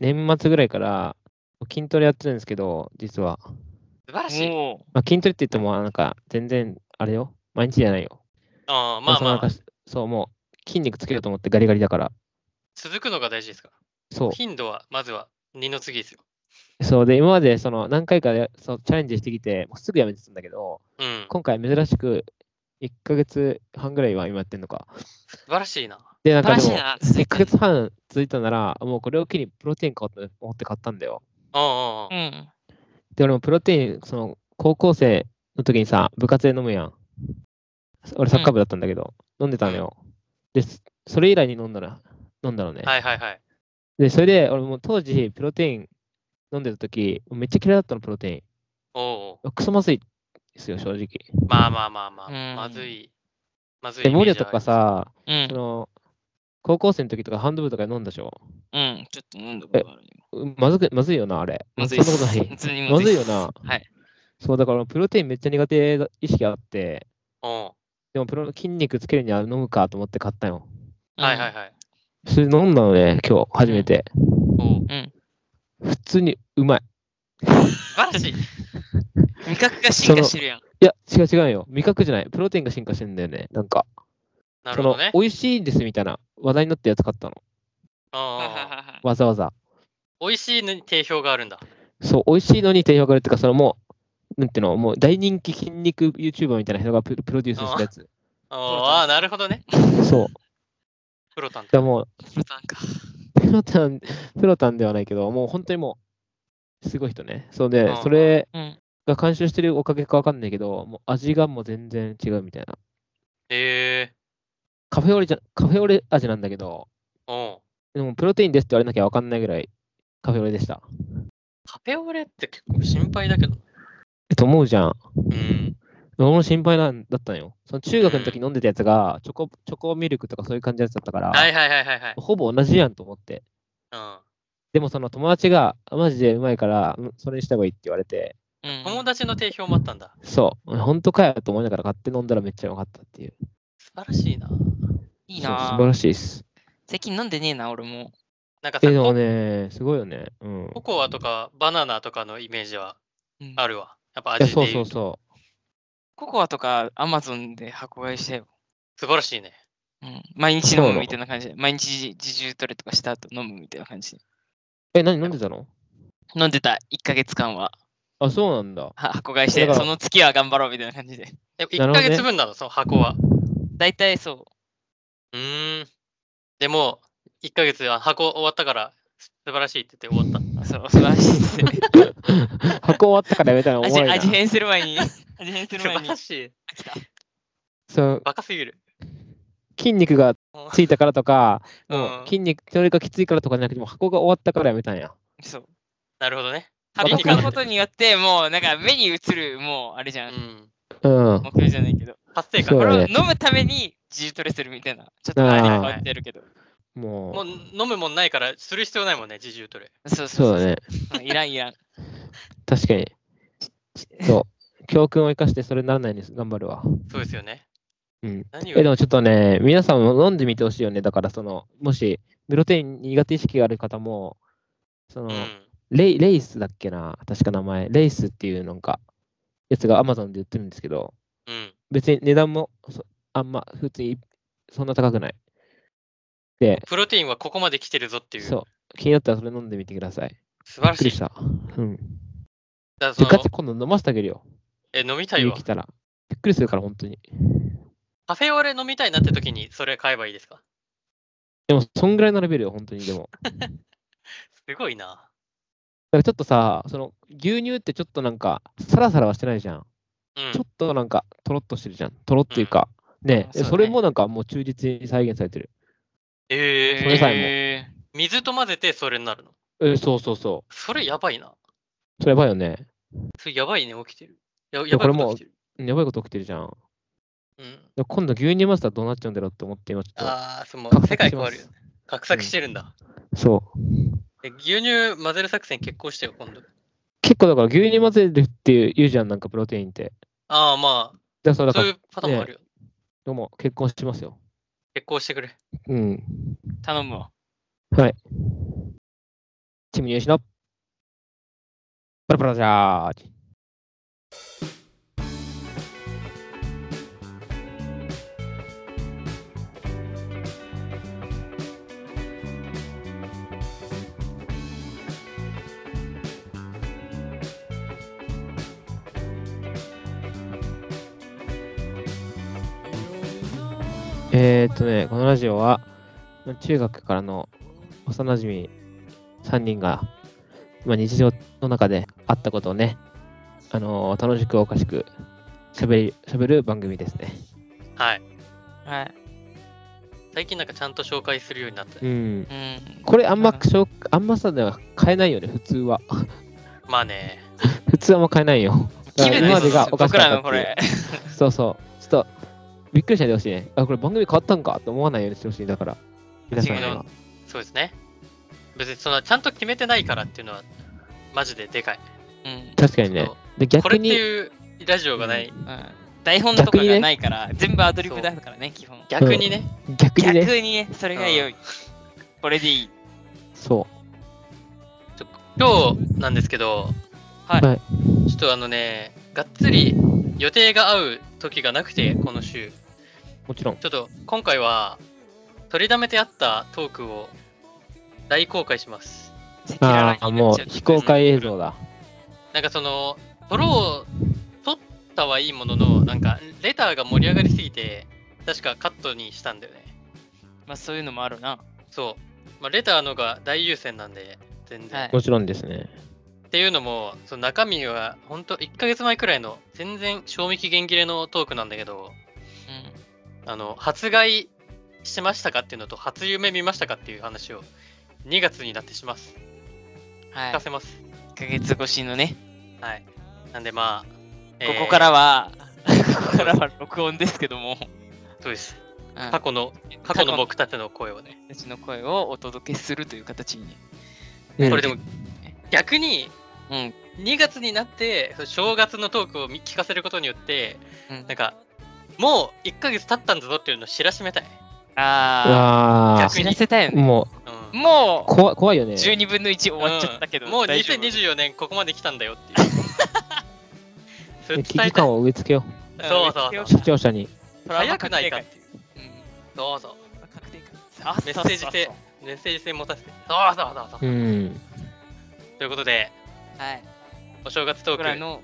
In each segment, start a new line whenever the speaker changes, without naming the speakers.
年末ぐらいから筋トレやってるんですけど、実は。
素晴らしい。
おー
まあ、筋トレって言っても、なんか全然、あれよ、毎日じゃないよ。
あーまあ
その
ま
なん
あ
か、そう、もう筋肉つけようと思ってガリガリだから。
続くのが大事ですから。
そう。
頻度は、まずは二の次ですよ。
そうで、今までその何回かやそうチャレンジしてきて、もうすぐやめてたんだけど、
うん。
今回珍しく1ヶ月半ぐらいは今やってんのか。
素晴らしいな。
で、なんから
素晴
で
しい
も、
な。
1ヶ月半続いたなら、もうこれを機にプロテイン買おうと思って買ったんだよ。
あーあーあ
う
ー、
ん。
で、俺もプロテイン、その高校生の時にさ、部活で飲むやん。俺サッカー部だったんだけど、飲んでたのよ。で、そそれ以来に飲んだら、飲んだのね。
はいはいはい。
で、それで、俺もう当時、プロテイン飲んでた時、めっちゃ嫌いだったの、プロテイ
おお
ン。クソまずいですよ、正直。
ー。まあまあまあまあ、
うん
まずい。まずい。
で、モリオとか、さ、
うん
そ。の、高校生の時とかハンドブーとかで飲んだでしょ
うん。ちょっと飲んだことがあるね。
うまずく、まずいよな、あれ。
まずい
そ
っ
んな
す。
ことない
普。通に
まずい
っ
よ
す
な。
はい。
そう、だからプロテインめっちゃ苦手だ意識あって、
お
でもプロ筋肉つけるには飲むかと思って買ったよ。
ーはいはいはい。
それ飲んだのね、今日、初めて。
おおー。
普通にうまい。
素晴らしい。
味覚が進化してるやん。
いや、違う違うよ。味覚じゃない。プロテインが進化してんだよね。なんか、
な
そ
るほ
の
どね、。
美味しいんですみたいな話題になったやつ買ったの。
ああ。
わざわざ。
美味しいのに定評があるんだ。
そう、美味しいのに定評があるっていうか、そのもう、なんていうの、もう大人気筋肉 YouTuber みたいな人がプロプロデュースしたやつ。
ああ、なるほどね。
そう。
プロタン
だからもう、
ボタンか。
プロタン、プロタンではないけど、もう本当にもう、すごい人ね。そうで
あ、ー
それ
うん。
が監修してるおかげかわかんないけど、もう味がもう全然違うみたいな。
ええ
カフェオレじゃ、カフェオレ味なんだけど、
ー。おう
でもプロテインですって言われなきゃわかんないぐらいカフェオレでした。
カフェオレって結構心配だけど。
えと思うじゃん。
うん。
俺も心配なんだったのよ。その中学の時飲んでたやつが、チョコ、チョコミルクとかそういう感じのやつだったから、
はいはいはいはいはい。
ほぼ同じやんと思って。でもその友達が、あマジでうまいから、うんそれにした方がいいって言われて、
うん
うん、友達の定評もあったんだ。
そう、本当かよと思いながら買って飲んだらめっちゃうまかったっていう。
素晴らしいな。
いい
そう素
な
晴
ぁ
らしいです。
最近飲んでねえな、俺も。
なんかさ、
え、でも
コ
ね、すごいよね。うん。
ココアとかバナナとかのイメージは
うん
あるわ。やっぱ
いや
味で
そう
言
そうう
と
そ
ココアとかアマゾンで箱買いしたよ。
素晴らしいね。
うん、毎日
そ
飲
うな
む
の
みたいな感じで。毎日自重トレとかした後飲むみたいな感じで。
う。え、何飲んでたの
飲んでた、1ヶ月間は。
あ、そうなんだ。
は箱買いして
だ、から
その月は頑張ろうみたいな感じで。
え
なるほど
1ヶ
ね
月分なの、その箱は。
大体そう
ーん。でも、1ヶ月は箱終わったから、素晴らしいって言って終わった。
う。 そう、素晴らしいですね。
箱終わったからやめたら終
味
わりな。
味変する前 に。味変する
素
前
晴
に
ら。しい。
そう、
バカすぎる。
筋肉がついたからとか、も
うん
う筋肉、それがきついからとかじゃなくて、もう箱が終わったからやめたんや。
そう。
なるほどね。
箱
理に
買
か
う
なっ
こ
て
とによって、もうなんか目に映る、もうあれじゃ。
うんん。
うん
目。標じゃないけど。
達成
そう
感。
これ
だ
を
ね
飲むために自重トレするみたいな。ちょっと
あー
あれ変わってるけど。
も
も
う飲むもんないから、する必要ないもんね、自重トレ。
そう
う、そ
そうう
だ
そう
ね。
うんいらん いらん。
確かに。 そう。教訓を生かしてそれにならないように頑張るわ。
そうですよね。
うん。
何
え、で
を
もちょっとね、皆さんも飲んでみてほしいよね。だから、その、もし、プロテイン苦手意識がある方も、その
う、ん。
レイレイスだっけな確か名前。レイスっていうなんか、やつが Amazon で売ってるんですけど、
うん。
別に値段もそあんま、普通にそんな高くない。で、
プロテインはここまで来てるぞっていう。
そう。気になったらそれ飲んでみてください。
素晴
び
ら
っく
しい
りし。た。うん。
だ
で、
からそ
ガ
の
チ今度飲ませてあげるよ。
え飲みたい
家
わ
来。たら。びっくりするから、本当に。
カフェオレ飲みたいなって時にそれ買えばいいですか
でも、そんぐらいのレベルよ、本当に。でも。
すごいな。
だからちょっとさ、その牛乳ってちょっとなんか、サラサラはしてないじゃん。
う
ちょ
ん
っ。となんか、とろっとしてるじゃん。とろっていうか、ね
あ
え
そうね
それもなんかもう忠実に再現されてる。
え
それさえも
えー
ー、水と混ぜてそれになるの。
えそうそうそ
それやばいな。
う。それやばいよね。
それやばいね、起きてる。や
や
やばい
これもう
こと起きてる。
やばいこと起きてるじゃん。
うん、
で今度牛乳マスターどうなっちゃうんだろうって思って今ちょっ
ああ、その
と。
世界変わるよね
ね。。
画策してるんだ。
そう。
え牛乳混ぜる作戦結構してよ、今度。
結構だから牛乳混ぜるっていう言うじゃん、なんかプロテインって。
ああ、ま
だからそう
あ、
だか
そうい
ら、
うパターンもあるよ。
どうも結婚しますよ。
結構してくれ。
うん。
頼むわ。
はい。チーム入試のパラパラジャージ。えー、っとね、このラジオは中学からの幼馴染3人が、まあ、日常の中であったことをね、あのー楽しくおかしく喋り喋る番組ですね。
はい。
はい。
最近なんかちゃんと紹介するようになったね。
うん。
うん。
これあんま
うん
しょあんまさでは変えないよね、普通は。
まあね。
普通はもう変えないよ。だから
決めな
今
いで
ますでがおかし
僕
かっ
ら
た
の
って
こ
いう
れ。
そうそう。ちょっとびっくりしないでほしいね。あ、これ番組変わったんかと思わないようにしてほしいだから。皆さんに
違う
は
よ。そうですね。別にそのちゃんと決めてないからっていうのはマジででかい。
うん。
確かにね
そ。
で
う
逆
これって
に、
いうラジオがない。
うん台本とか
逆にね
がないから、全部アドリブだからね、基本。
逆にね。
逆にね。
逆にね、それが良い。これでいい。
そ
ちょ今日なんですけど、
はい
はい
ちょっとあのね、がっつり予定が合う時がなくて、この週。
う。もちろん。
ちょっと今回は取りだめてあったトークを大公開します。
赤
ああ、
裸々にな
も
っ
う
ちゃ
非公開映像だ。
なんかその、撮ろう、撮ったはいいものの、なんかレターが盛り上がりすぎて、確かカットにしたんだよね。
まあそういうのもあるな。
そう。まあ、レターのが大優先なんで、全然。
はい
もちろんですね。
っていうのも、その中身は、ほんと1ヶ月前くらいの、全然賞味期限切れのトークなんだけど、
う
あの、発売してましたかっていうのと、初夢見ましたかっていう話を、2月になってします。
ん。はい。
聞かせます。
1ヶ月越しのね、
はい。なんでまあ、えー
ここからは、 ここからは録音ですけども、
そうです。
うん
過去の、過去の僕たちの声をね。
私の声をお届けするという形に。
うん
これでも、逆に、
うん。
2月になって、その正月のトークを見聞かせることによって、
うん
なんか、もう1ヶ月経ったんだぞっていうのを知らしめたい。
う
ああ、
わ
逆
知らせたよ
ー
ね。
もう
うん
もう、
怖怖いよね。
12分の1終わっちゃったけど、
うんもう
大丈夫
2024年ここまで来たんだよ っていう。 そ
危
れ伝え
機
たい
感。を植え付けよ
そうそうそう
う。視聴者に。
トラウマ
早くないか
確定会
どうぞ。
うん確定か。あ
メッセージ性
そうそう
メッセージ性持たせて。そうそうそうそう。
うん。
ということで、
そうはい。
お正月ト
僕ら
ーク、
の、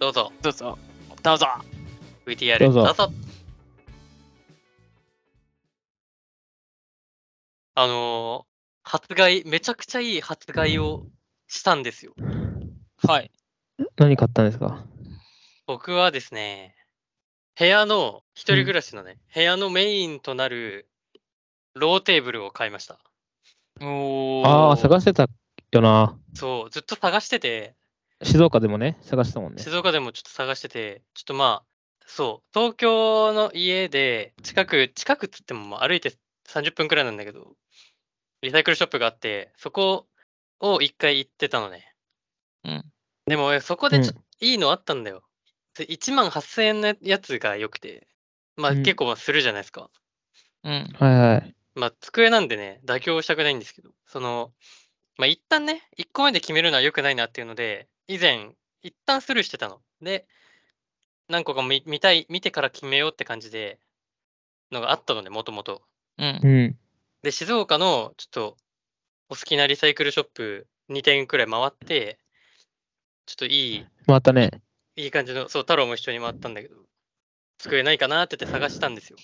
どうぞ、
どうぞ、どうぞ。
VTR
ど
ど
う
う
ぞ
ぞ。あのー、発害、めちゃくちゃいい発害をしたんですよ。
はい。
何買ったんですか
僕はですね、部屋の、一人暮らしのね、部屋のメインとなるローテーブルを買いました。
おー。
ああ、探してたよな。
そう、ずっと探してて、
静岡でもね、探してたもんね。
静岡でもちょっと探してて、ちょっとまあ、そう、東京の家で、近く、近くっつっても、まあ、歩いて30分くらいなんだけど、リサイクルショップがあって、そこを一回行ってたのね。
うん。
でも、そこでちょっといいのあったんだよ。で1万8000円のやつが良くて、まあ
うん
結構するじゃないですか。
うん。
はいはい。
まあ机なんでね、妥協したくないんですけど、その、まあ一旦ね、1個目で決めるのは良くないなっていうので、以前、一旦スルーしてたの。で、何個か見見たい、見てから決めようって感じで、のがあったので、もともと。
うん
う。ん。
で、静岡の、ちょっと、お好きなリサイクルショップ2店くらい回って、ちょっといい、
またね。
いい感じの、そう、太郎も一緒に回ったんだけど、机ないかなって言って探したんですよ。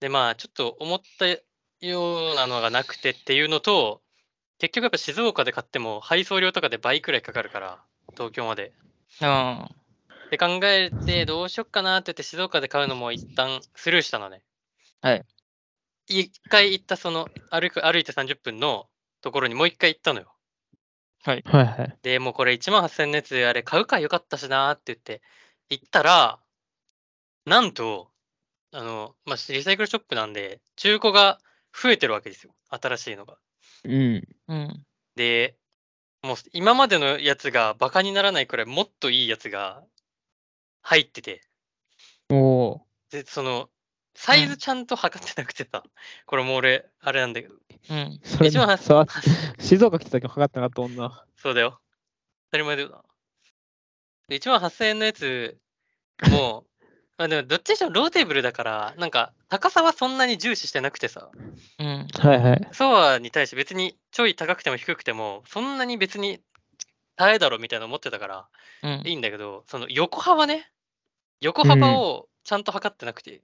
で、まあ、ちょっと思ったようなのがなくてっていうのと、結局やっぱ静岡で買っても配送料とかで倍くらいかかるから、東京まで。
うん。
って考えて、どうしよっかなって言って、静岡で買うのも一旦スルーしたのね。
はい。
一回行った、その歩く、歩いて30分のところにもう一回行ったのよ。
はいはい。
で、もうこれ1万8000のやつあれ買うかよかったしなーって言って、行ったら、なんと、あの、まあ、リサイクルショップなんで、中古が増えてるわけですよ。新しいのが。
うん。
うん。
で、もう今までのやつがバカにならないくらいもっといいやつが入ってて、
おお。
で、その、サイズちゃんと測ってなくてさ、これもう俺、あれなんだけど、
うん。
それ
一番
なそう静岡来た時も測ってなかったもんな。
そうだよ。当たり前だよな。で1万8000円のやつ、も う、まあでもどっちにしてもローテーブルだから、なんか高さはそんなに重視してなくてさ、
うん。
はいはい。
ソファーに対して別にちょい高くても低くても、そんなに別に耐えだろみたいなの思ってたから、
うん
いいんだけど、その横幅ね、横幅をちゃんと測ってなくて、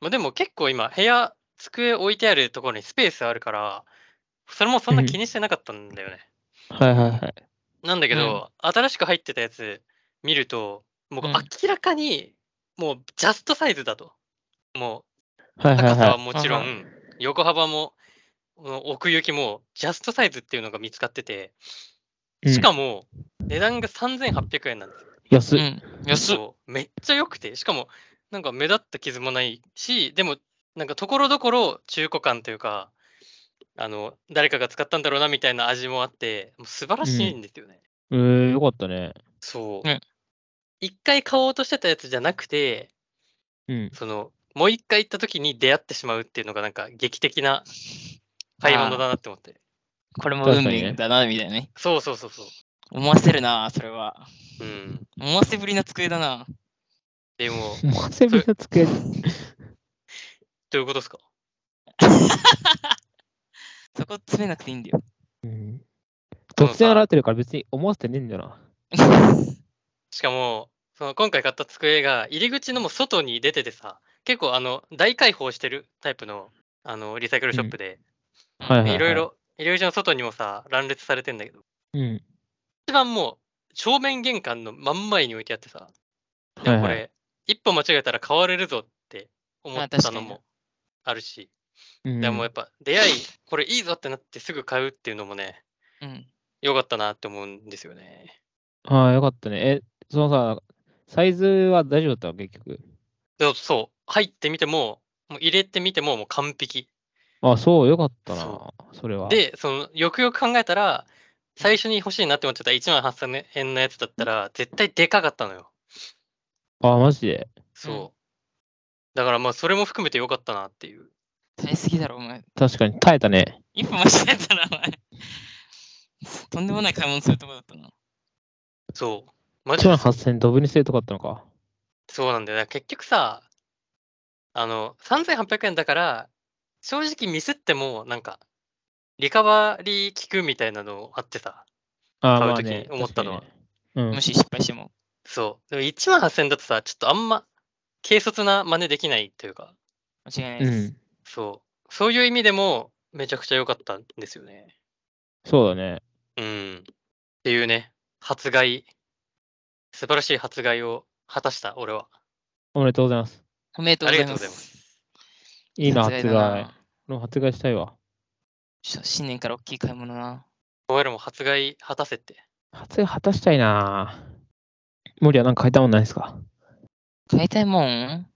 まあでも結構今、部屋、机置いてあるところにスペースあるから、それもそんな気にしてなかったんだよね。
はいはいはい。
なんだけど、新しく入ってたやつ見ると、もう
うん
明らかに、もうジャストサイズだと。も
は
う
いはい
高さは
は
もちろ、
うん
横幅も、この奥行きも、ジャストサイズっていうのが見つかってて、
い。
し
も。
かも、値段が3800円なんですよ
安
う
い。
ん。安っ。
そうめっちゃ良くて、しかも、なんか目立った傷もないし、でも、なんかところどころ中古感というか、あの、誰かが使ったんだろうなみたいな味もあって、もう素晴らしいんですよね。
えー、よかったね。
そう
ね。
一回買おうとしてたやつじゃなくて、
うん。
その、もう一回行った時に出会ってしまうっていうのがなんか劇的な買い物だなって思って。
これも
確
運
かにね
命だな、みたいなね。
そうそうそうそ
思わせるな、それは。
う。うん。
思わせぶりな机だな。
でも、
もう全部の机に。
どういうことですか
そこ詰めなくていいんだよ。
うん突然現れてるから別に思わせてねえんだよな。
しかも、その今回買った机が入り口のもう外に出ててさ、結構あの、大開放してるタイプの、あの、リサイクルショップで、
はいはい、はい。
いろい。ろ、入り口の外にもさ、乱列されてんだけど、
うん。
一番もう、正面玄関の真ん前に置いてあってさ、でもこ
はいはい
れ、一歩間違えたら買われるぞって思
まあ
ったの
確か
もあるし、
うん
でもやっぱ出会い、これいいぞってなってすぐ買うっていうのもね、
うん。
良かったなって思うんですよね。
ああ、よかったね。え、そのさ、サイズは大丈夫だったの結局。
でそう、入ってみても、もう入れてみてももう完璧。
あそう、よかったな。
そ
それは。、
で、その、よくよく考えたら、最初に欲しいなって思ってた1万8000円のやつだったら、絶対でかかったのよ。
あマジで。
そう。
うん
だからまあ、それも含めて良かったなっていう。
耐えすぎだろ、お前。
確かに耐えたね。
一歩間違えたら、お前。とんでもない買い物するとこだったな。
そう。マジ
1
で
万8000ドブにするとこあったのか。
そうなんだよね。結局さ、あの、3800円だから、正直ミスっても、なんか、リカバリー効くみたいなのあってさ、
ああ、
買う
まあ
時
ね、
思ったのは
確かにね。
もし失敗しても。
そう。でも1万8000円だとさ、ちょっとあんま、軽率な真似できないというか、
間違いない
うん。
で
う
す。
ん。
そう。そういう意味でも、めちゃくちゃ良かったんですよね。
そうだね。
うん。っていうね、発害、素晴らしい発害を果たした、俺は。
おめでとうございます。
おめでとうござい
ありがとう
ます。
ございま
いいな、
さ
発
すがだな
売。。俺も発売したいわ。
ちょっと新年から大きい買い物な。
お前らも発害果たせって。
発売果たしたいな。森はなんか買いたもんないですか
買いたいもん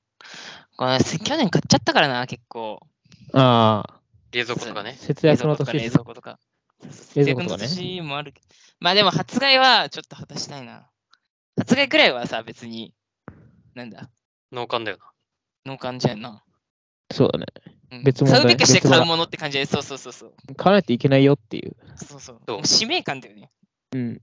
これせ去年買っちゃったからな、結構。
ああ、
冷蔵庫とかね。
節約の年
冷蔵庫とか冷蔵
冷蔵
庫とか。節
庫
約
とか
の
ね
年もあるけど。まあでも発売はちょっと果たしたいな。発売くらいはさ、別に、なんだ、
農家だよな。
農感じやな。
そうだね。
うん
別物だ
買うべくして
別物
買
だ
うものって感じで、そうそうそうそう。
買わないといけないよっていう。
そうそう。
そう
もう使命感だよね。
うん。で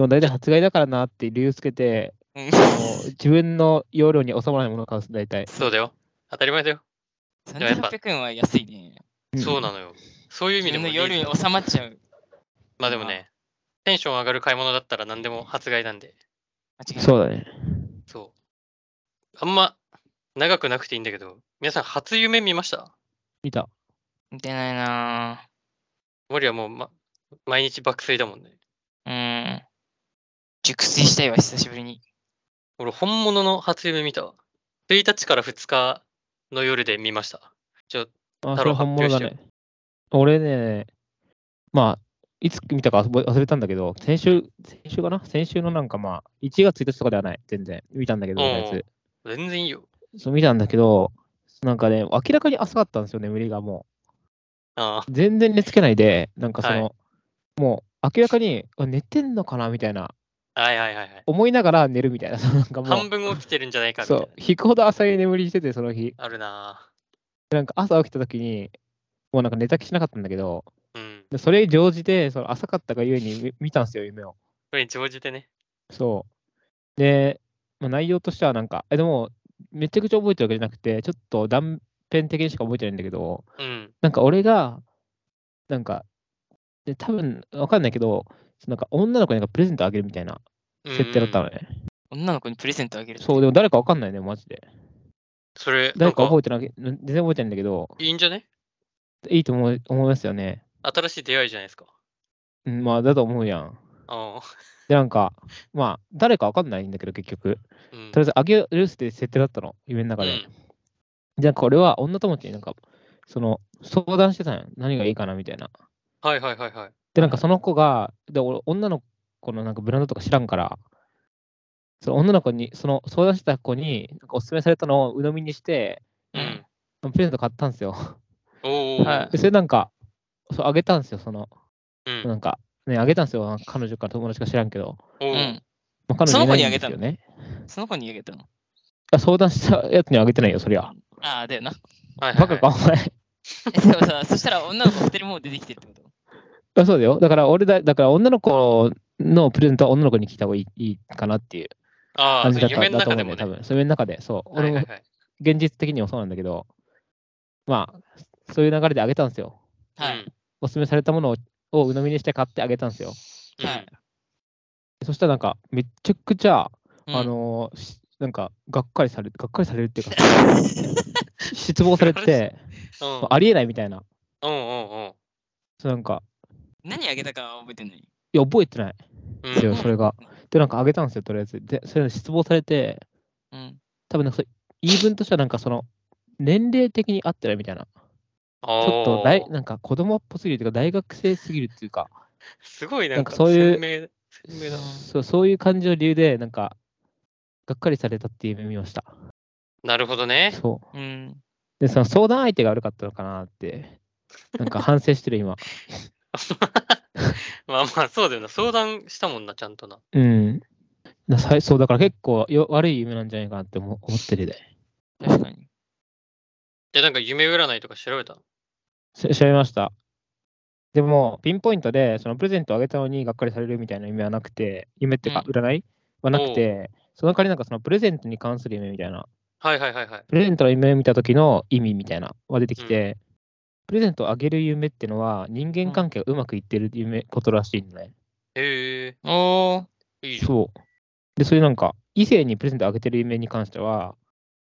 も大体発売だからなっていう理由つけて、
うん。
もう自分の容量に収まらないものを買うんです、大体。
そうだよ。当たり前だよ。もやっぱ
3800円は安いね。
そう
の
なのよ。そういう意味
自
でも
分の
リーズ
夜に収まっちゃう。
まあでもね、テンション上がる買い物だったら何でも発害なんで、
間違いない。
そうだね。
そう。あんま長くなくていいんだけど、皆さん初夢見ました
見た。
見てないな
森はもう、ま、毎日爆睡だもんね。
ぁ。うん。熟睡したいわ、久しぶりに。
俺、本物の初夢見たわ。1日から2日の夜で見ました。ちょ、
あ、
太
それ
郎
本物だ
発表
ね。俺ね、まあ、いつ見たか忘れ忘れたんだけど、先週、先週かな先週のなんかまあ、1月1日とかではない、全然。見たんだけど、
うん
やつ。
全然いいよ。
そう、見たんだけど、なんかね、明らかに浅かったんですよね、眠りがも
あ
う。全然寝つけないで、なんかその、
は
もう明らかにあ寝てんのかなみたいな
はいはいはいはい。
思いながら寝るみたいな、 そのなんかも
半
う、
分起きてるんじゃないかみたい
そ
な
う、。引くほど浅い眠りしてて、その日。
あるな
なんか朝起きた時に、もうなんか寝た気しなかったんだけど、
ぁうん。
でそれ乗じて、その浅かったがゆえにみ見たんですよ、夢を。
これ、常時でね。
そう。で、まあ、内容としてはなんか、えでも、めちゃくちゃ覚えてるわけじゃなくて、ちょっと断片的にしか覚えてないんだけど、
うん。
なんか俺が、なんか、で多分わかんないけど、なんか女の子になんかプレゼントあげるみたいな設定だった
うん
のね。
女の子にプレゼントあげる。
そう、でも誰かわかんないね、マジで。
それ、な
誰
ん
か
か
覚えてない、全然覚えてないんだけど、
いいんじゃね
いいと思う思いますよね。
新しい出会いじゃないですか。
うん、まあ、だと思うやん。
あ
で、なんか、まあ、誰かわかんないんだけど、結局。
あ。うん
とりあえず、あげるって設定だったの、夢の中で。
うん
で、なんか俺は女友達になんか、その、相談してたんよ。何がいいかな、みたいな。
はいはいはいはい。
で、なんかその子が、で俺女の子のなんかブランドとか知らんから、その女の子に、その相談してた子に、なんかおすすめされたのを鵜呑みにして、
うん。
プレゼント買ったんですよ。
おお。
はい
でそれなんか、そうあげたんですよ、その、
うん
なんか、ね、あげたんですよ、彼女か友達か知らんけど。
お
う
お。
ん。
まあ、彼
その
女
子
いな
にあ
いんで
げ
す
たの
よね。
その子にあげたの。
あ相談したやつにはあげてないよ、そりゃ。
ああ、だよ な。
はいはいは
バ
い
カか、お前。
えでもさ、そしたら女の子二人もう出てきてるってこと
あそうだよ。だから、俺だ、だから女の子のプレゼントは女の子に聞いた方がいいいいかなっていう
ああ、
感じだった
夢の
だと
中
思
で
うんだ
も
よ、多
ね。は
分。そういう中で、そう。俺
い
も
はいはい。
現実的にもそうなんだけど、まあ、そういう流れであげたんですよ。
はい。
おすすめされたものをを鵜呑みにして買ってあげたんですよ。
うん
はい
そしたらなんか、めちゃくちゃ、
うん
あ、のーしなんか、がっかりされる、がっかりされるって いうか、失望されて、
うん
ありえないみたいな。
うんうん
そうなんか、
何あげたかは覚えてない。
いや、覚えてない
うん
です
う
よ、
ん。
それが。で、なんかあげたんですよ、とりあえず。で、それで失望されて、
うん。
多分なんかそれ、言い分としてはなんかその、年齢的に合ってないみたいな。ち
ち
ょっと大、なんか子供っぽすぎるというか、大学生すぎるっていうか、
すごいなんか
なんかそういう
鮮明鮮明だな
そうそういう感じの理由で、なんか、がっかりされたっていう夢見ました。
なるほどね。
そう。
うん。
で、その相談相手が悪かったのかなって、なんか反省してる今。
まあまあ、そうだよな。相談したもんな、ちゃんとな。
うん。なさいそう、だから結構よ悪い夢なんじゃないかなって思思ってるで。
確かに。
で、なんか夢占いとか調べたの
し 調べました。でも、ピンポイントで、そのプレゼントをあげたのにがっかりされるみたいな夢はなくて、夢っていうか、
う
占いはなくて、その代わりなんかそのプレゼントに関する夢みたいな、
はいはいはいはい。
プレゼントの夢を見た時の意味みたいなは出てきて、プレゼントをあげる夢ってのは人間関係がうまくいってる夢ことらしいんだね。
へ
お
え、いいじゃん。
そう。で、それなんか、異性にプレゼントをあげてる夢に関しては、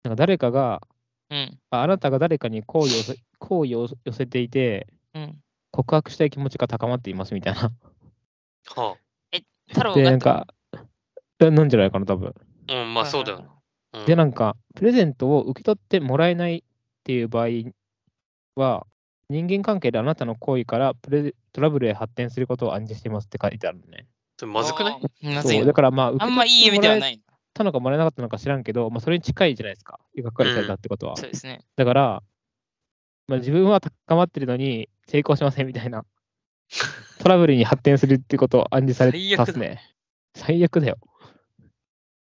なんか誰かが、
ー。うん。
ああなたが誰かに好意を寄せ好意を寄せていて、
うん。
告白したい気持ちが高まっていますみたいな。
は
太郎
で、
が。
なんか、えなんじゃないかな、多分。
あ。うん、まあそうだよな。うん
で、なんか、プレゼントを受け取ってもらえないっていう場合は、人間関係であなたの行為からプレゼトラブルへ発展することを暗示していますって書いてあるのね。
それまずくない
あーまず
そ
い
う
な
だ。からまあ、受
あ
け
んまいい夢ではない。
取ったのかもらえなかったのか知らんけど、まあ、それに近いじゃないですか。がっかりされたってことは。
そうですね。
だから、まあ、自分は高まってるのに成功しませんみたい な。トラブルに発展するってことを暗示され
最
た
悪
っ
だ
すね。最悪だよ。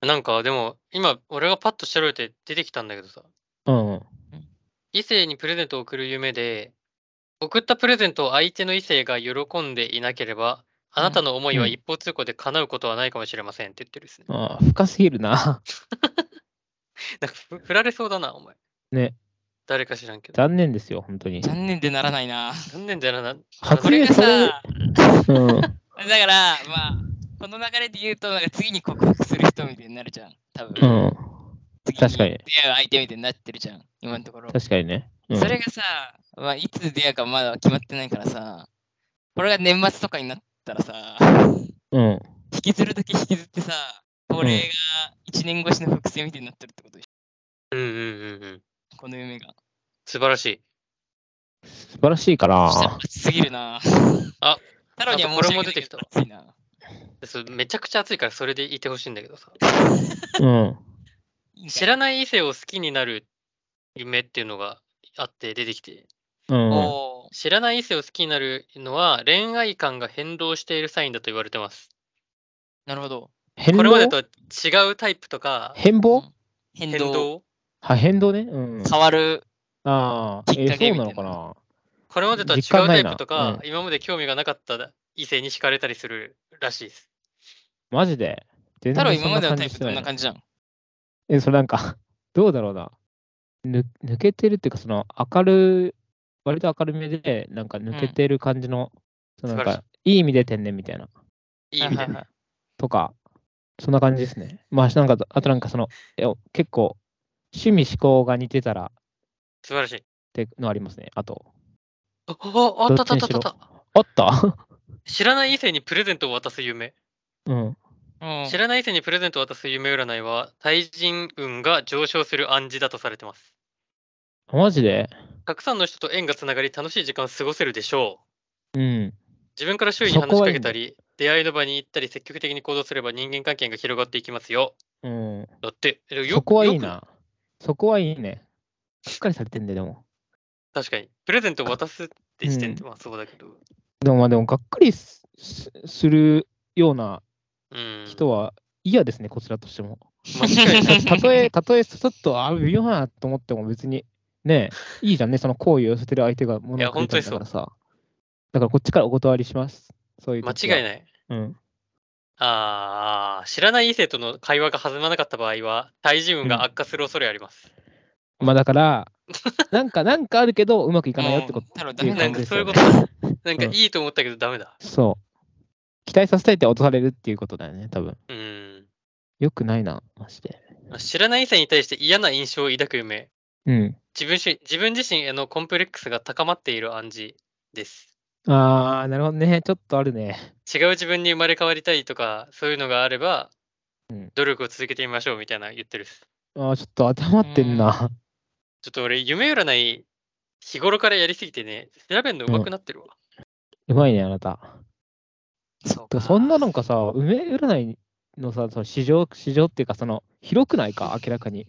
なんかでも、今、俺がパッと調べて出てきたんだけどさ、
うんうん。
異性にプレゼントを贈る夢で、送ったプレゼントを相手の異性が喜んでいなければ、あなたの思いは
うん
一方通行で叶うことはないかもしれませんって言ってるですね。
ああ深すぎるな。
なんかふ振られそうだな、お前。
ね。
誰か知らんけど。
残念ですよ、本当に。
残念でならないな。
残念だよな。
初
こ
言
れ
え
が
それ、
さ、
うん、
だから、まあ、この流れで言うと、なんか次に告白する人みたいになるじゃん。多分。
うん、
次
確かに
出会う相手みたいになってるじゃん。今のところ。
確かにね。うん、
それがさ、まあ、いつ出会うかまだ決まってないからさ、これが年末とかになったらさ、
うん、
引きずるだけ引きずってさ、これが1年越しの複製みたいになってるってことでし
うんうんうんうん。
ょ、この夢が。
素晴らしい。
素晴らしいか
そしたら
ら、
熱すぎるな。
あ、
太郎には申し訳ないけど
あと、
熱いな。
でそれめちゃくちゃ暑いからそれでいてほしいんだけどさ。
うん、
いいんかい
知らない異性を好きになる夢っていうのがあって出てきて、
うん、
お
知らない異性を好きになるのは恋愛観が変動しているサインだと言われてます。
ーなるほど。
変動
これまでと違うタイプとか、
変貌
変
変
動、
動
は変動ね。うん。
変わる。
ああ、
きっかけ
えーそうなのか
み
な。
これまでとは違う
実感な
タ
い
イ
な
プとか、
う
今まで興味がなかった異性に惹かれたりするらしいです。
マジで。全
太郎
然そ
今
ん
ま
な
での
感
タイ
じ
プ
して
ど
なんい
な
な。
感じなの
え、それなんか、 どうだろうな。ぬ抜けてるっていうか、その明るい、割と明るめで、なんか抜けてる感じの、そのなん
素晴
か、いい意味で天然みたいな。
いい意味
は
で
いはいは
ね。
い
とか、そんな感じですね。まあ、なんか、あとなんかその、え結構、趣味思考が似てたらっ
素晴らしい。
てのありますね。あと、
あああったあったあ
どっ
っ
ちに
た
し
あ
ろ
った。
あった、
知らない異性にプレゼントを渡す夢。
うん、
うん
知らない異性にプレゼントを渡す夢占いは、対人運が上昇する暗示だとされてます。
マジで
たくさんの人と縁がつながり、楽しい時間を過ごせるでしょう。
うん。
自分から周囲に
そこ
話し
は
か
いい
け
んだ
たり、出会いの場に行ったり、積極的に行動すれば人間関係が広がっていきますよ。
うん、
だって、えよ
そこはいい
よ
な。そこはいいね。しっかりされてんだよ、でも。
く確かに。プレゼントを渡すって時点で、まあそうだけど。
でも、まあ、でも、がっかりすすするような
うん。
人は嫌ですね、こちらとしても。
間違いない
たとえ、た とえ、ちょっと、あ、微妙だなと思っても別に、ねえ、いいじゃんね、その好意を寄せてる相手が物をくれたんだからさ。だからこっちからお断りします。そういう
間
時
違
はい
ない。
うん。
ああ、知らない異性との会話が弾まなかった場合は、対人運が悪化する恐れあります。
まあだ から、なんか、なんかあるけど、うまくいかないよってこ
もう太郎
と。
ダ
い
メ
う
な
なん
感
ん
じ
か
です
そうい
よ
うこ
ね
と。なんか
うん
いいと思ったけどダメだ。
そう。期待させたいって落とされるっていうことだよね、多分。
うん。
よくないな、マジで。
知らない異性に対して嫌な印象を抱く夢。
うん。
自分し自分自身へのコンプレックスが高まっている暗示です。
あー、なるほどね。ちょっとあるね。
違う自分に生まれ変わりたいとか、そういうのがあれば、
うん
努力を続けてみましょうみたいな言ってるっす。
あー、ちょっと当てはまってんな。
ちょっと俺、夢占い、日頃からやりすぎてね、調べるの上手くなってるわ。
うまいね、あなた。
そう
てか
か
そんななんかさ、梅占いのさ、その市場、市場っていうか、その、広くないか、明らかに。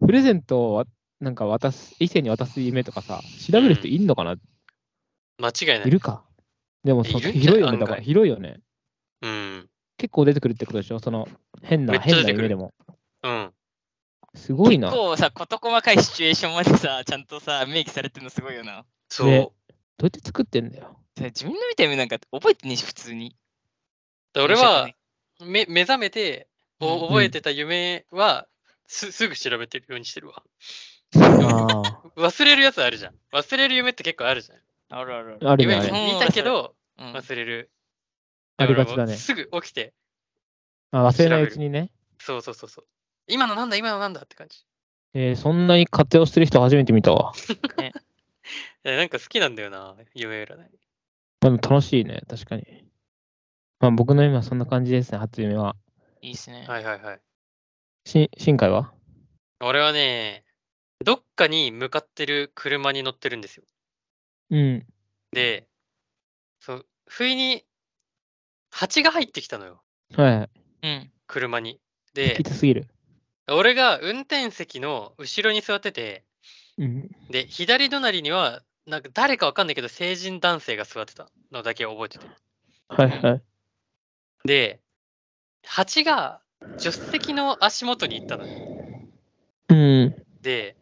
プレゼントをわなんか渡す、異性に渡す夢とかさ、調べる人いんのかな、
間違いないい。
るか。でもそ、
いるんじ
広い
ゃない
よね、だから、
案外
広いよね。
うん。
結構出てくるってことでしょその、変な、
めっちゃ
変
出
な
てくる
夢でも。
うん。
すごいな
結。構さ、事細かいシチュエーションまでさ、ちゃんとさ、明記されてるのすごいよな。
そう。
ねどうやって作ってんだよ。
さ自分の見た夢なんか覚えてねえし、普通に。
だ俺
申し訳な、
はいめ目覚めて、お
うん
覚えてた夢はす、すぐ調べてるようにしてるわ。
あ
忘れるやつあるじゃん。忘れる夢って結構あるじゃん。
あるある
あ、あるね、
夢
あ
見
れ。
たけど、
ある。うん
忘れる。
ありがちだ
俺も
ね。
すぐ起きて、
あ忘れないうちにね。
そうそうそうそう。今のなんだ、今のなんだって感じ。
えーそんなに活用してる人初めて見たわ。
えなんか好きなんだよな、夢占い。
まあでも楽しいね、確かに。まあ僕の夢はそんな感じですね、初夢は。
いいっすね。
はいはいはい。
し新海は
俺はね、どっかに向かってる車に乗ってるんですよ。
うん。
で、そう、不意に蜂が入ってきたのよ、
はいはい。
うん。
車に。
聞
で
い、たすぎる。
俺が運転席の後ろに座ってて、
うん。
で、左隣には、なんか誰かわかんないけど、成人男性が座ってたのだけ覚えてて。
はいはい。
で、蜂が助手席の足元に行ったのよ。
うん。
で、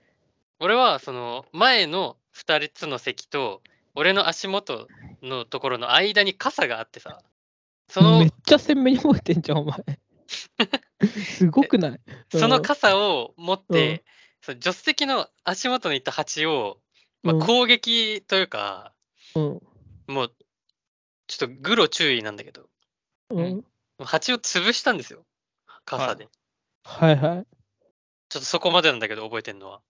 俺はその前の2つの席と、俺の足元のところの間に傘があってさ、その
めっちゃ鮮明に覚えてんじゃん、お前。すごくない
その
うん
傘を持って、
うん
その助手席の足元に行った蜂を、まあ、
うん
攻撃というか、
うん。
もうちょっとグロ注意なんだけど、
うん。
蜂を潰したんですよ、傘で。
はいはい。
ちょっとそこまでなんだけど、覚えてるのは。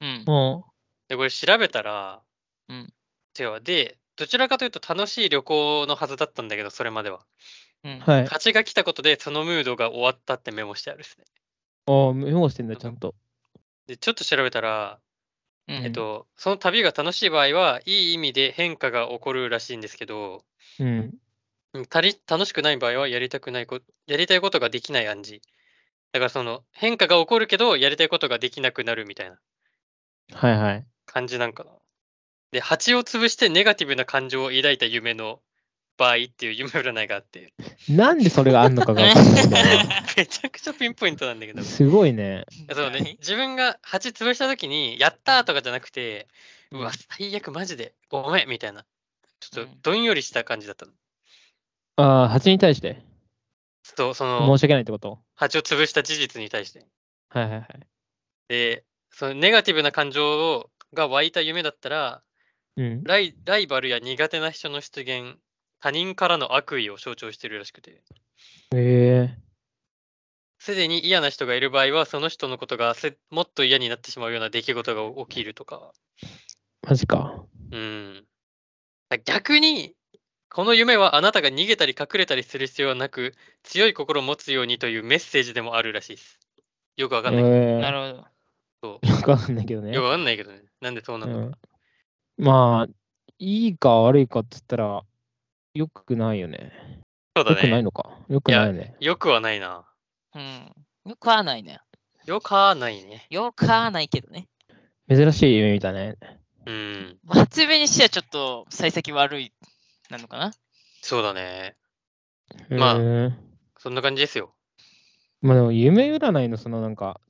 うん。
うん。
で、これ調べたら、
うん
ては、で、どちらかというと楽しい旅行のはずだったんだけど、それまでは。
うん。
はい。
蜂が来たことで、そのムードが終わったってメモしてあるですね。
ああ、メモしてんだ、ちゃんと。
で、ちょっと調べたら、
う
えっ
ん。
と、その旅が楽しい場合は、いい意味で変化が起こるらしいんですけど、
うん。
うんたり楽しくない場合はやりたくないこやりたいことができない暗示。だからその変化が起こるけどやりたいことができなくなるみたいな
はいはい。
感じなんかな。で、蜂を潰してネガティブな感情を抱いた夢のぱいっていう 夢占いがあって、
なんでそれがあんのかがわかんないんだよ
めちゃくちゃピンポイントなんだけど
な。、すごいね。
そうね、自分が蜂潰した時に、やったーとかじゃなくて、うわ、最悪マジで、ごめんみたいな、ちょっと
うん
どんよりした感じだったの。
ああ、蜂に対して
そう、その
申し訳ないってこと
蜂を潰した事実に対して。
はいはいはい。
で、そのネガティブな感情をが湧いた夢だったら
うん。
ライ、ライバルや苦手な人の出現、他人からの悪意を象徴してるらしくて、
え
すでに嫌な人がいる場合は、その人のことがせもっと嫌になってしまうような出来事が起きるとか、
えマジか。
うん。だ逆に、この夢はあなたが逃げたり隠れたりする必要はなく、強い心を持つようにというメッセージでもあるらしいです。よくわかんないけ
え
な
え
るほど。
ど、
よくわかんないけどね
よく。わかんないけどね。なんでそうな
う
の
ん
か。、
まあ、いいか悪いかっつったら、よくないよね。
そう
よ
だ
くない
ね。
のか。よくないよね。
よくはないな。
うん。よくはないね。
よくはないね。
よくはないけどね。
珍しい夢見たね。
うん。
初夢にしてはちょっと幸先悪いなのか な。
そうだね。まあ
あ。
そんな感じですよ。
まあでも夢占いのそのなんか、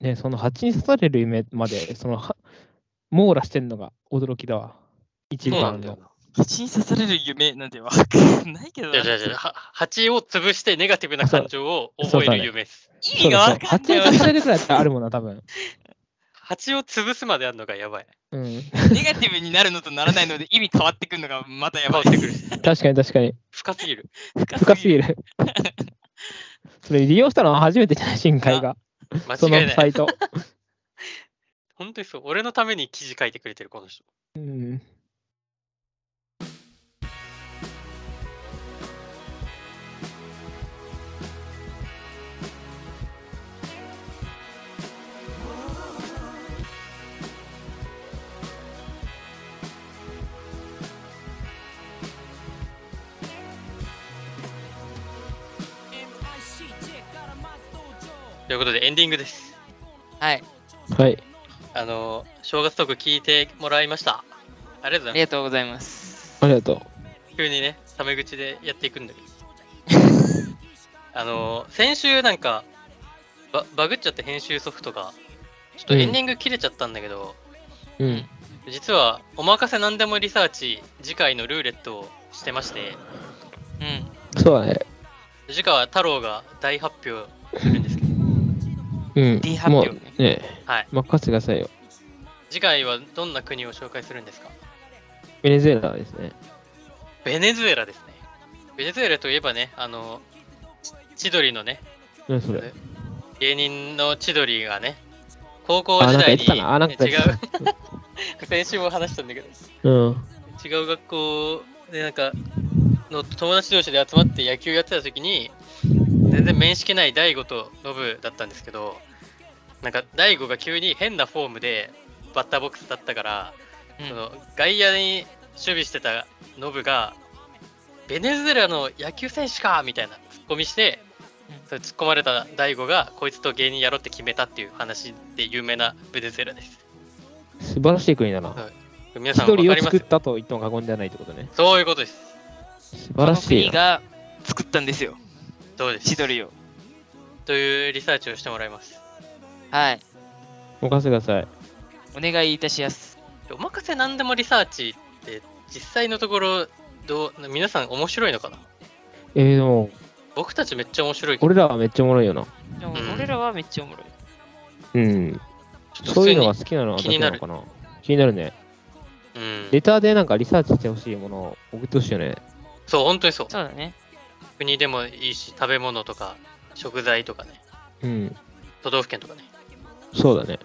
ね、その蜂に刺される夢まで、そのは、網羅してんのが驚きだわ。一
そうなん
番
だよ
の。
な。
蜂に刺される夢なんてわかんないけど
じゃ
な。
じゃじゃ、は蜂を潰してネガティブな感情を覚える夢です。
意味がわかん
蜂
ない
に
わ。
刺されるくらいだったらあるもんな、多分。
蜂を潰すまであるのがやばい。
うん。
ネガティブになるのとならないので意味変わってくるのがまたや
変わ
ば
っ
い。
てくる。
確かに確か に。
深す ぎる。
深すぎ る。それ利用したのは初めてじゃない、深海が。
間
その
違いな
サ
い。
イト。
本当にそう。俺のために記事書いてくれてる、この人。
うん。
ということでエンディングです。
はい。
はい。
あの、正月トーク聞いてもらいました。ありがとうござ
あ
いま
りがとうございます。
ありがとう。
す。急にね、タメ口でやっていく んだけど。あの、先週なんか、ババグっちゃって編集ソフトが、ちょっとエンディング切れちゃったんだけど、
うん。
実は、お任せなんでもリサーチ、次回のルーレットをしてまして、
うん。
そうだね。
次回は太郎が大発表するんです けど、
うん。
D 発
も
表ね
うね、
はい。
任せてくださいよ。
次回はどんな国を紹介するんですか
ベネズエラですね。
ベネズエラですね。ベネズエラといえばね、あの、ち千鳥のね、
何それ。
芸人の千鳥がね、高校
あ、なん
時
か言っ
代に
てたな。あ、なんか
違
言って
う、 先週も話したんだけど、
た。うん。
違う学校でなんか、の友達同士で集まって野球やってた時に、全然面識ない大悟とノブだったんですけど、なんか大悟が急に変なフォームでバッターボックスだったから、
うん
その外野に守備してたノブが、ベネズエラの野球選手かみたいなツッコミして
うん、
それ突っ込まれた大悟が、こいつと芸人やろうって決めたっていう話で有名なベネズエラです。
素晴らしい国だな。
皆
一
さんわか
人を
りま
作
す
ったと言っても過言じゃないってことね。
そういうことです。
素晴ら
この
しい
国
よ。
が作ったんですよ。
そうです。
千鳥を。
というリサーチをしてもらいます。
はい。
任せてください。
お願いいたしやす。
お任せなんでもリサーチって、実際のところ、どう皆さん面白いのかな
えー、でも、
僕たちめっちゃ面白いけど
俺らはめっちゃおもろいよな。
でも
うん
俺らはめっちゃおもろい。
うん。
ちょっと
そういうの
普
が
通
好きなのは
気
だけ
にな
な
る
のかな。気になるね。
にう
レ
ん、
ターでなんかリサーチしてほしいものを送ってほしいよね。
そう、本当にそう。
そうだね。
国でもいいし、食べ物とか、食材とかね、
うん。
都道府県とかね、
そうだね。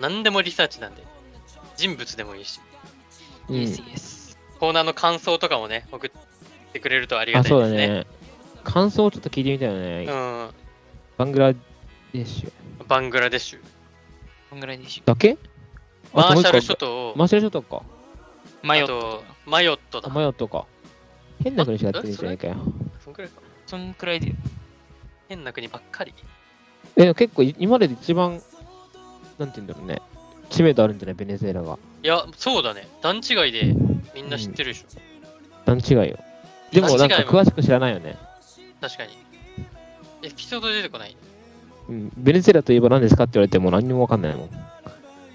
何でもリサーチなんで、人物でもいいし、
う
イエ
ん
ス。イエス。
コーナーの感想とかもね、送ってくれるとありが
あ、
たい
そう
で
だ
すね。
ね。感想をちょっと聞いてみたいよね。バングラデシュ
うん、バングラデシュ、
こんぐらいでしょ。
だけ
マーシャル諸
諸島
島を、
マーシャル諸島か。
マヨ
あ
ッ
と
トとか。
マヨット
あ
だ。
マヨットか。変な国しかやってるんじゃないかよ。
そんくらいか
そんくらいで。
変な国ばっかり。
え、でも結構い今までで一番、なんて言うんだろうね。知名度あるんじゃないベネズエラが。
いや、そうだね。段違いでみんな知ってるでしょ。
段違いよ。でもなんか
間違いも
詳しく知らないよね。
確かに。エピソード出てこない。
うん、ベネズエラといえば何ですかって言われても何にもわかんないもん。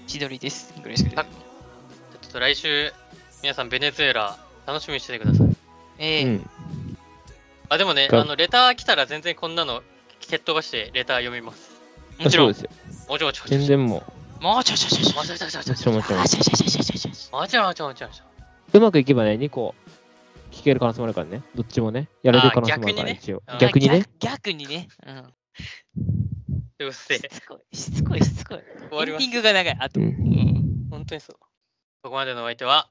千鳥です。ぐらいしか出てこない
ちょっと来週、皆さんベネズエラ楽しみにしててください。
ええ
うん、
あ、でもね、
が
あの、レター来たら全然こんなの蹴っ飛ばしてレター読みます。
もちろ。
そうんですよ。
もちろん、もちろん。
全。然も
もうちょちょちょちょ。
もちろん、もちろん、
う、もちろんもちろん
もちろ
あちょちょちょちょちょちょ。
ん。もちろん、もちろん、もちろん。
うまくいけばね、2個聞ける可能性もあるからね。どっちもね。やれる可能性もあるから、
あー逆にね
一応
あ。ー
逆にね。
逆逆にね。うん。
ということ
し
で、
つこい、しつこい、しつこい。
終わります
エンディン。グが長い。あと。
う
うんん。
本当にそう。ここまでのお相手は、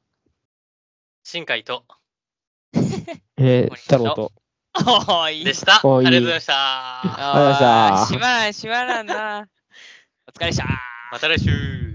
新海と
えー、太郎と。
おーい。
でした。あ
おい
りがとうございました。
ありがとうございました
おーしばらしばらんな。お疲れっした。
また来週。